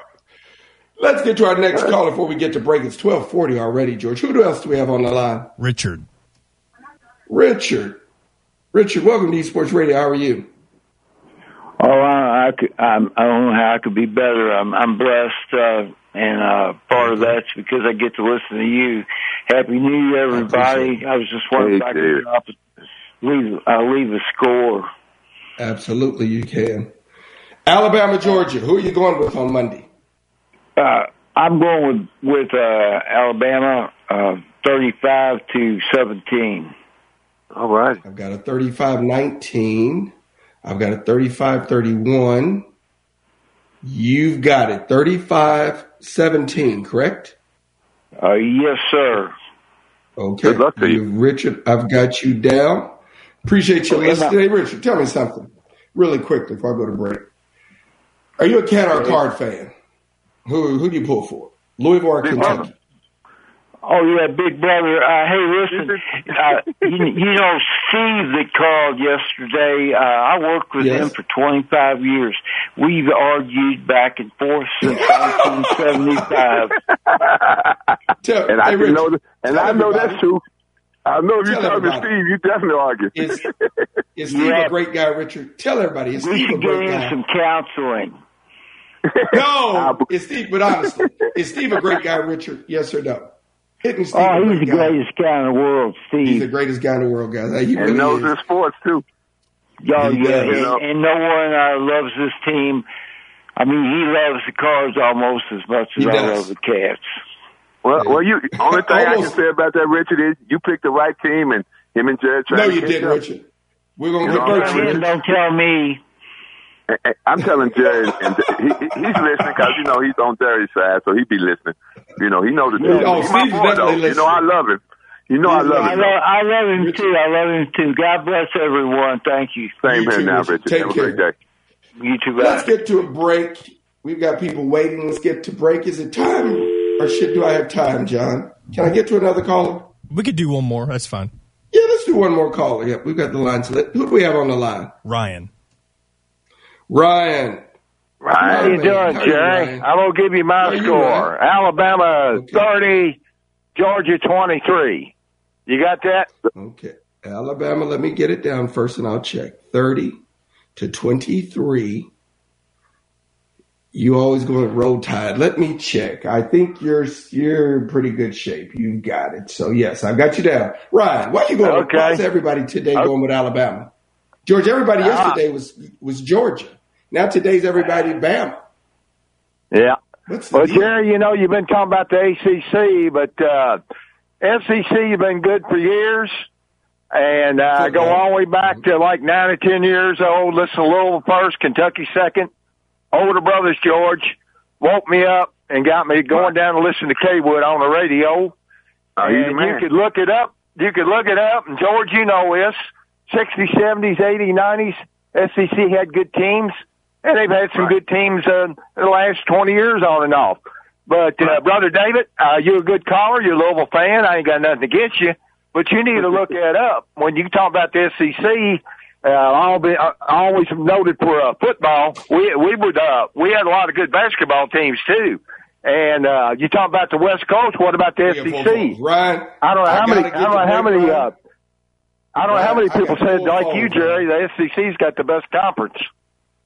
Let's get to our next caller before we get to break. It's twelve forty already, George. Who else do we have on the line?
Richard.
Richard. Richard, welcome to Esports Radio. How are you?
Oh, I, I, could- I'm, I don't know how I could be better. I'm, I'm blessed, uh, and uh, part of that's because I get to listen to you. Happy New Year, everybody! I, was just wondering if I
Thank you.
could drop, leave uh, leave a score.
Absolutely, you can. Alabama, Georgia. Who are you going with on Monday?
Uh, I'm going with with uh, Alabama, uh, 35 to 17.
All right. I've got a 35-19. I've got a 35-31. You've got it 35-17, correct?
Uh, yes, sir.
Okay. Good luck to you. Richard, I've got you down. Appreciate you
Oh, and
listening. Hey, Richard, tell me something really quickly before I go to break. Are you a cat or a card fan? Who who do you pull for? Louisville or Kentucky?
Oh yeah, Big Brother. Uh, hey, listen, uh, you, you know Steve that called yesterday. Uh, I worked with him for 25 years. We've argued back and forth since 1975.
and I
hey,
can
Rich,
know, th- and
tell
I know
everybody.
that's true. I know if you
Tell
talk to
everybody.
Steve, you definitely argue.
Is Steve a great guy, Richard? Tell everybody, is
We
Steve a
should give
great
him
guy?
some
counseling. Uh,
No, is Steve? But honestly, is Steve a great guy, Richard? Yes or no? Hitting Steve
Oh,
a
he's
great
the
guy.
greatest guy in the world, Steve.
He's the greatest guy in the world, guys. He really
And knows
is.
his
sports too.
Oh
He
yeah,
does. You know?
and, and no one uh, loves this team. I mean, he loves the Cards almost as much as
He
I
does.
love the Cats.
Well, well, you only thing I can
Almost.
say about that, Richard, is you picked the right team, and him and Jared.
No,
tried to
you
catch
didn't,
up.
Richard.
We're
gonna
You
get
know,
Richard.
Richard-
Don't tell me.
Hey, hey, I'm telling Jerry, and he, he- he's listening because you know he's on Jerry's side, so he be listening. You know, he knows the truth.
Oh,
He's my
Steve's
boy, though.
definitely
You know, I love him. You know, I love
I
him.
love, I love him too. I love him too. God bless everyone. Thank you.
Same here now, Richard. Have a great day.
You too.
Let's get to a break. We've got people waiting. Let's get to break. Is it time, or shit? Do I have time, John? Can I get to another caller?
We could do one more. That's fine.
Yeah, let's do one more caller. Yep, we've got the lines lit. Who do we have on the line?
Ryan.
Ryan.
How you doing, Jerry? I'm gonna give you
How
my
you,
score. Alabama thirty, Georgia twenty-three. You got that?
Okay. Alabama, let me get it down first and I'll check. 30 to 23. You always going to roll tide. Let me check. I think you're you're in pretty good shape. You got it. So yes, I've got you down. Ryan, why you going?
Okay.
Why's everybody today going with Alabama? Georgia, everybody
Ah.
yesterday was was Georgia. Now today's everybody Bama.
Yeah.
What's the
Well,
deal?
Jerry, you know you've been talking about the ACC, but uh, SEC you've been good for years, and uh, go all the way back to like nine or ten years old. Listen, Louisville first, Kentucky second. Older brothers George woke me up and got me going down to listen to K Wood on the radio.
Oh, he's the
and
man.
you could look it up. You could look it up. And George, you know this. 60s, 70s, 80s, 90s, SEC had good teams, and they've had some good teams uh, the last 20 years on and off. But, uh, Brother David, uh, you're a good caller. You're a Louisville fan. I ain't got nothing against you, but you need to look that up. When you talk about the SEC, uh, all be, uh, always noted for uh, football, we, we would, uh, we had a lot of good basketball teams, too. And uh, you talk about the West Coast. What about the SEC?
Right.
I don't know
I
how
gotta
many.
get
I don't know
the
how
break,
many.
Ryan.
Uh, I don't know how
Ryan,
many
I
people
got
said
four
like you,
phones,
Jerry. The SEC's got the best conference.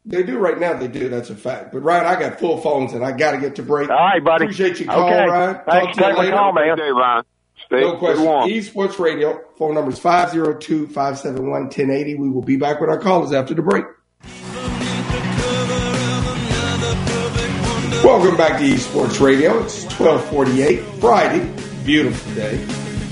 They do right now. They do. That's a fact. But Ryan, I got full phones and I got to get to break. All
right, buddy.
Appreciate your call,
Okay.
Ryan. Talk
Thanks
to you
for taking my
later.
call, man.
Hey, Ron. Stay,
no question.
Stay warm.
Esports Radio. Phone number is 502-571-1080. We will be back with our callers after the break. Welcome back to Esports Radio. It's 1248, Friday. Beautiful day.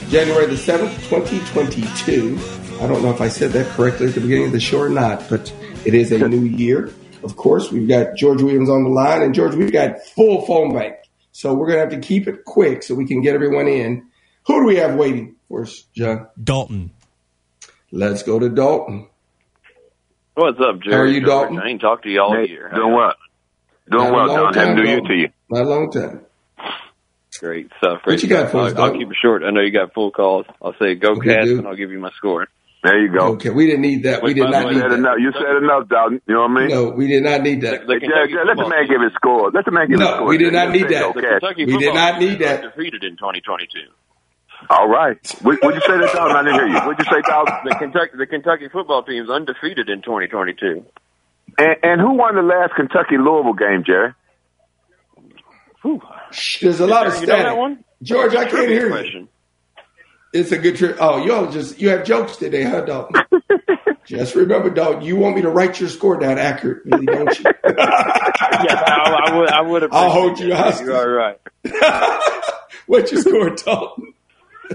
January the 7th, 2022. I don't know if I said that correctly at the beginning of the show or not, but it is a new year. Of course, we've got George Williams on the line, and George, we've got full phone bank. So we're going to have to keep it quick so we can get everyone in. Who do we have waiting for us, John?
Dalton.
Let's go to Dalton.
What's up, Jerry?
How are you,
George?
Dalton?
I ain't talked to you all
Hey,
year.
Doing what? Doing
Not
well,
a long
John. Haven't
time,
do you
Dalton.
to you.
Not a long time.
Great stuff. Great
you got
stuff.
for us,
I'll, I'll
Dalton?
keep it short. I know you got full calls. I'll say go
Okay,
Cats,
dude.
and I'll give you my score.
There you go.
Okay, we didn't need that. we
Wait,
did
by the
not
way-
need
Said
that.
enough. You said enough, Dalton. You know what I mean?
No, we did not need that.
Hey, Jerry, Jerry, let the man give his score. Let the man give his
No,
score.
we did
Jerry.
not need
Just say
that.
go Cats.
Kentucky
We did
football
not need
team
that.
was Defeated in 2022.
All right. What, what'd you say that, Dalton? I didn't hear you. What'd you say, Dalton?
The Kentucky the Kentucky football team's undefeated in 2022.
And, and who won the last Kentucky Louisville game, Jerry?
Shh, There's a lot of
You know that
static.
one?
George, I can't
Trivia
hear you.
question.
It's a good trip. Oh, you all just you have jokes today, huh, Dalton? Just remember, dog, you want me to write your score down accurately, don't you?
yeah, I, I would. I would.
I'll hold you
appreciate that.
hostage.
You're all right.
What's your score, Dalton?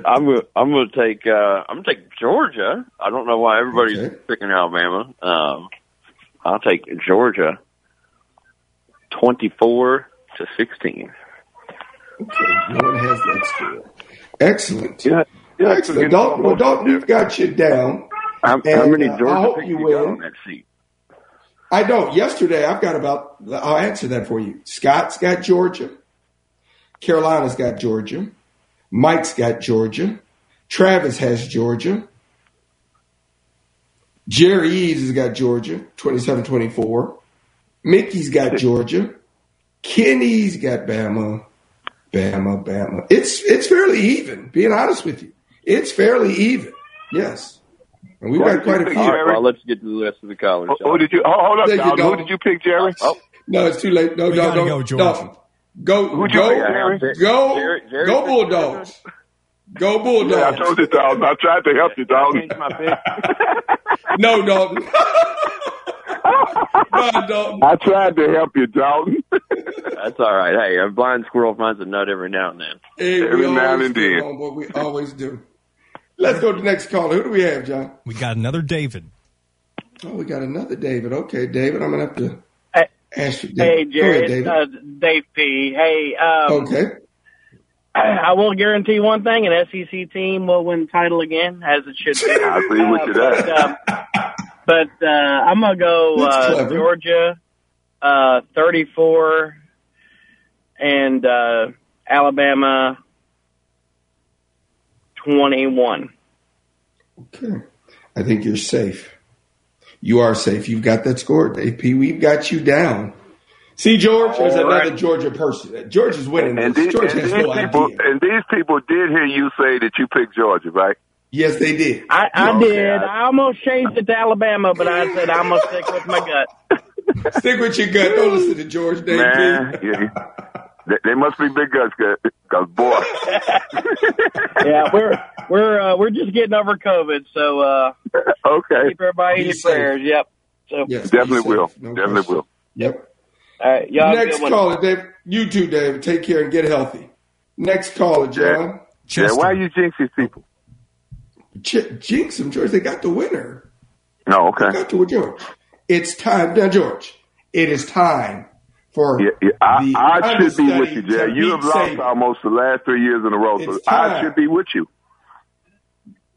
I'm gonna, I'm gonna take uh, I'm gonna take Georgia. I don't know why everybody's picking Alabama. Um, I'll take Georgia, twenty four to sixteen.
Okay, no one has that score. Excellent.
Yeah,
Excellent. Dalton, well, Dalton, you've got you down.
How, how
And,
many
uh, I
Georgia
hope
picks
you
you
will.
got on that seat?
I don't. Yesterday, I've got about. I'll answer that for you. Scott's got Georgia. Carolina's got Georgia. Mike's got Georgia. Travis has Georgia. Jerry Eves has got Georgia, 27 24. Mickey's got Georgia. Kenny's got Bama. Bama, Bama. It's it's fairly even, being honest with you. It's fairly even. Yes. And we've got quite a few.
All right, well, let's get to the rest of the college.
Oh,
Oh,
who did you- hold- hold up,
Thank you,
Dalton. Who
Dalton.
did you pick, Jerry? No, it's too late. No, no,
We gotta
no.
go, George.
Dalton. Go, go,
Who'd you pick, Jerry?
go,
Jerry- Jerry
go,
picked
Bulldogs. Go, Bulldogs.
Yeah, I told you, Dalton. I tried to help you, Dalton.
no, Dalton. no, Dalton.
I tried to help you, Dalton. That's all right. Hey, a blind squirrel finds a nut every now and then.
Hey,
Every
we
now
always
and
do,
then.
homeboy. We always do. Let's go to the next caller. Who do we have, John?
We got another David.
Oh, we got another David. Okay, David, I'm gonna have to
Hey,
ask you.
Hey,
David. Go
Jerry,
ahead, David.
it's uh, Dave P. Hey, um,
okay.
I will guarantee one thing: an SEC team will win the title again, as it should be.
I agree with you there.
But, um, but uh, I'm gonna go
That's
uh,
clever.
Georgia, uh, 34, and uh, Alabama, 21.
Okay. I think you're safe. You are safe. You've got that score, Dave P. We've got you down. See, George, there's
All right.
another Georgia person. George is winning
And
this.
these,
George
and
has
these
no idea.
people, and these people did hear you say that you picked Georgia, right?
Yes, they did.
I, I
Okay,
did.
I-
I almost changed it to Alabama, but I said I'm gonna stick with my gut.
Stick with your gut. Don't listen to George, Dave
Man,
P.
yeah, they, they must be big guts, because boy,
yeah, we're we're uh, we're just getting over COVID, so uh,
okay.
Keep everybody in your prayers. Yep. So
definitely will, definitely will.
Yep.
All right, y'all have a
Next
good one.
caller, Dave. You too, Dave. Take care and get healthy. Next caller, John.
Yeah, why you jinx these people?
J- jinx them, George. They got the winner.
No,
They
okay.
got to George. It's time. Now, George, it is time for.
Yeah, yeah, I,
the
I should be with you,
understudy
Jay. You have
Tamik
lost
Saban.
almost the last three years in a row, so
It's
I
time.
should be with you.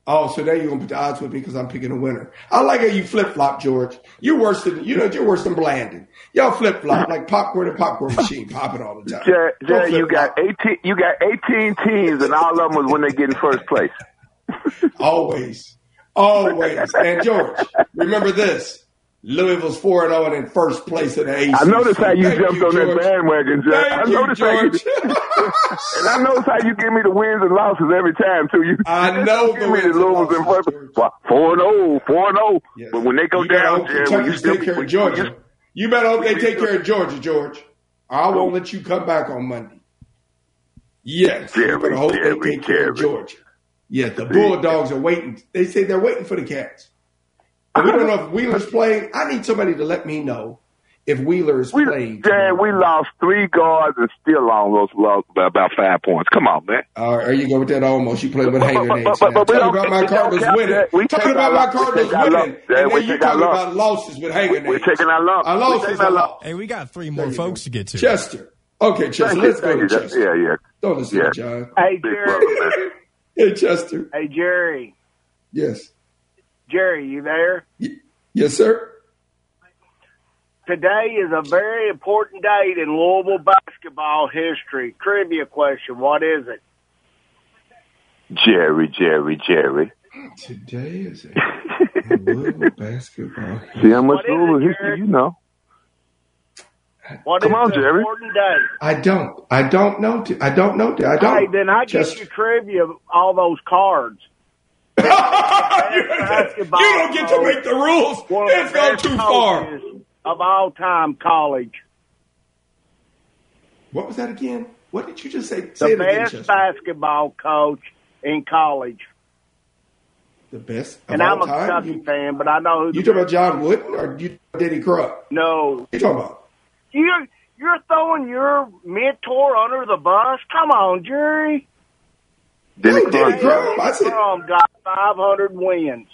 Oh, so now you're gonna put the odds with me because I'm picking a winner. I like how you flip flop, George. You're worse than you know. You're worse than Blandon. Y'all flip flop like popcorn and popcorn machine, popping all the time.
Jay,
Don't
Jay you got eighteen. You got eighteen teams, and all of them was when they get in first place.
Always. Always. And George, remember this. Louisville's 4 0 and in first place in the ACC.
I noticed how you
Thank
jumped on that
George.
bandwagon, Jay.
Thank
I
you,
noticed
George.
how you, and I noticed how you give me the wins and losses every time too. You,
I
you
know
give
the
me
wins and
losses and first. Four and oh, four and oh. But when they go
You better
down,
hope
Jay, when you
Kentucky
still
take
be,
care
when
of
you, when you,
Georgia. You better hope they take care of Georgia, George. I won't let you come back on Monday. Yes. you better
Jerry,
hope they
Jerry,
take care of
Jerry.
Georgia. Yeah, the Bulldogs are waiting. They say they're waiting for the Cats. And we don't know if Wheeler's playing. I need somebody to let me know if Wheeler is playing.
Jay, we lost three guards and still almost lost by about five points. Come on, man.
All right, there you go with that almost. You play with hanger
but-
names.
but-
now.
but we
Talking
don't-
about my
we don't
Cardinals
count
winning.
that. We
Talking
take our
about my
loss.
Cardinals
We take our loss.
winning.
Yeah,
And
we
then you
take our
talking
loss.
about losses with hanger names.
We're taking our loss.
I
We're
lost
taking
I
our loss.
lost.
Hey, we got three more folks to get to.
Chester. Okay, Chester,
Thank
let's
you,
go
thank
to
you.
Chester.
Yeah, yeah.
Don't listen to
Yeah.
John.
Hey,
Jerry.
Hey, Chester.
Hey, Jerry.
Yes.
Jerry, you there?
Yes, sir.
Today is a very important date in Louisville basketball history. Trivia question: What is it?
Jerry, Jerry, Jerry.
Today is a little basketball.
See how much
What is
Louisville
it,
history
Jerry?
you know.
What
Come
is
on,
the
Jerry.
important date?
I don't. I don't know. T- I don't know. T- I don't.
Hey, then I get
Chester.
you trivia all those cards. you
don't get to make the rules. It's gone too far.
Of all time, college.
What was that again? What did you just say? Say
The
it again,
best
Chester.
basketball coach in college.
The best of
And
all
I'm a
time.
Kentucky
You,
fan, but I know who
you
the
talking about John Wooden or you Denny Crupp?
No.
You talking about?
You you're throwing your mentor under the bus? Come on, Jerry.
Denny Crupp. Denny Crupp. I said,
Crum got 500 wins.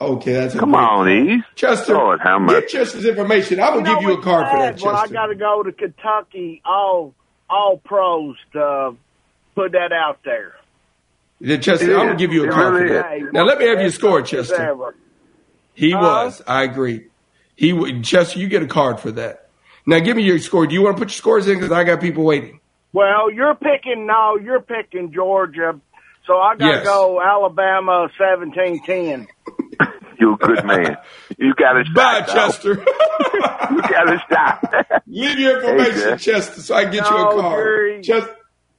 okay, that's a
Come
great
on,
call.
East.
Chester,
Lord, how
get
much?
Chester's information. I'm gonna
know,
give you a
it's
card for that,
sad when I
Chester.
got to go to Kentucky all all pros to uh, put that out there.
Then Chester,
It
I'm
is.
gonna give you a
It
card
really
for that.
is.
Now let me have your
It's
score,
tough as
Chester.
ever.
He was. I agree. He would. Chester, you get a card for that. Now give me your score. Do you want to put your scores in? Because I got people waiting.
Well, you're picking now. You're picking Georgia, so I got to
Yes.
go Alabama seventeen ten.
You're a good man. You got to
Bye,
stop. though.
Chester. you
got to stop.
Leave your information,
Hey, Jeff.
Chester, so I can get you a card. Just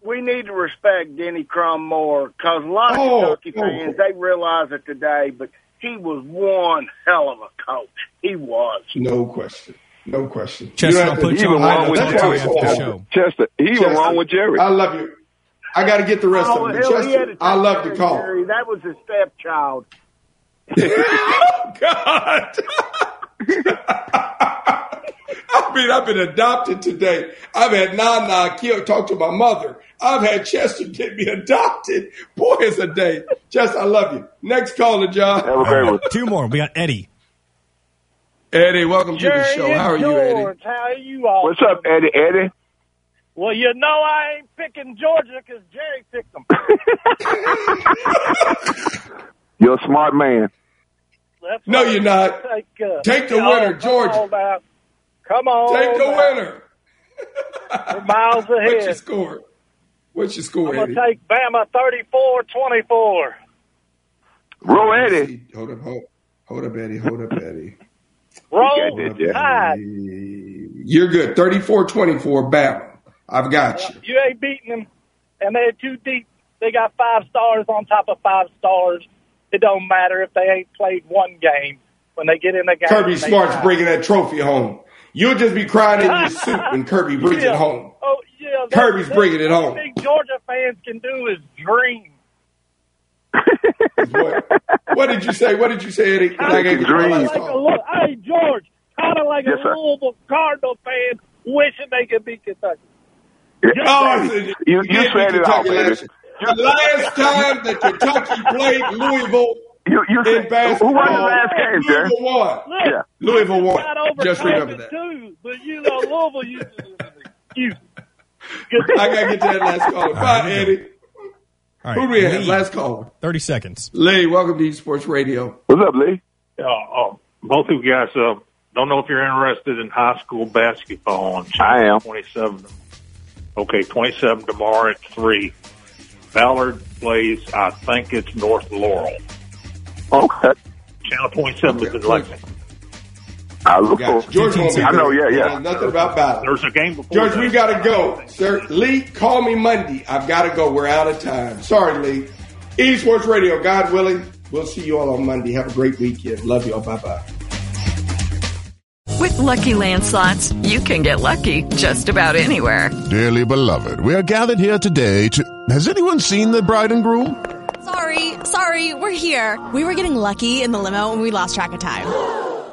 we need to respect Denny Crum more because a lot of
Oh,
Kentucky
oh.
fans they realize it today, but he was one hell of a coach. He was.
No question. No question.
Chester,
You don't
I'll
have to-
put you on
I know,
hold
that's
until
why
after
I'm
the
so-
show.
Chester, he
Chester,
along with Jerry.
I love you. I got to get the rest
Oh,
of them.
hell,
But
he had a
Chester, I love the
Terry
call.
Terry. That was his stepchild.
Oh,
God. I mean, I've been adopted today. I've had Nana kill, talk to my mother. I've had Chester get me adopted. Boy, it's a day. Chester, I love you. Next caller, John. Have
Two more. We got Eddie.
Eddie, welcome
Jerry,
to the show.
it's
How are you,
yours.
Eddie?
George, how are you all?
What's up, Eddie? Eddie?
Well, you know I ain't picking Georgia because Jerry picked them.
You're a smart man.
That's
No,
why
you're not.
I Take, uh,
Take the
yeah,
winner,
come
Georgia.
on now. Come on.
Take the
now.
winner.
We're miles
What's your
ahead.
score? What's your score,
I'm going
Eddie?
to take Bama 34-24.
Roll
Eddie. Hold up, hold, hold up, Eddie. Hold up, Eddie.
Roll
got that,
the
Jeff.
tide.
You're good. 34-24, Bama. I've got you.
You ain't beating them, and they're too deep. They got five stars on top of five stars. It don't matter if they ain't played one game. When they get in the game,
Kirby
they
Smart's
try.
bringing that trophy home. You'll just be crying in your suit when Kirby brings
yeah.
it home.
Oh yeah, that's-
Kirby's
that's
bringing it
the
home.
thing Georgia fans can do is dream.
What did you say? What did you say, Eddie? I
Kinda
gave you the last
like
call.
a little, hey George, kind of like
Yes,
a
sir.
Louisville Cardinal fan wishing they could beat Kentucky.
Oh, I said,
You- you
did
said
beat
it all,
Kentucky
baby.
last year. The last time that Kentucky played Louisville in basketball,
who won the last game, Jerry?
Louisville won.
Yeah.
Louisville won.
Got over
Just remember
Clemson,
that.
too, but you know Louisville you
I gotta get to that last caller. Bye, Eddie.
All
Who do we have? Last caller.
Thirty seconds.
Lee, welcome to Esports Radio.
What's up, Lee?
Uh, uh, both of you guys uh, don't know if you're interested in high school basketball on
I am.
27. Okay, 27 tomorrow at 3. Ballard plays, I think it's North Laurel.
Okay.
Channel 27 is in Lexington.
I look
Gotcha.
forward.
George won't be
I know, yeah,
there.
yeah.
Nothing about battle.
There's a game before
George,
that.
we gotta go. Sir, Lee, call me Monday. I've gotta go. We're out of time. Sorry, Lee. Esports Radio, God willing. We'll see you all on Monday. Have a great weekend. Love y'all. Bye bye.
With Lucky Land slots, you can get lucky just about anywhere.
Dearly beloved, we are gathered here today to. Has anyone seen the bride and groom?
Sorry, sorry, we're here. We were getting lucky in the limo and we lost track of time.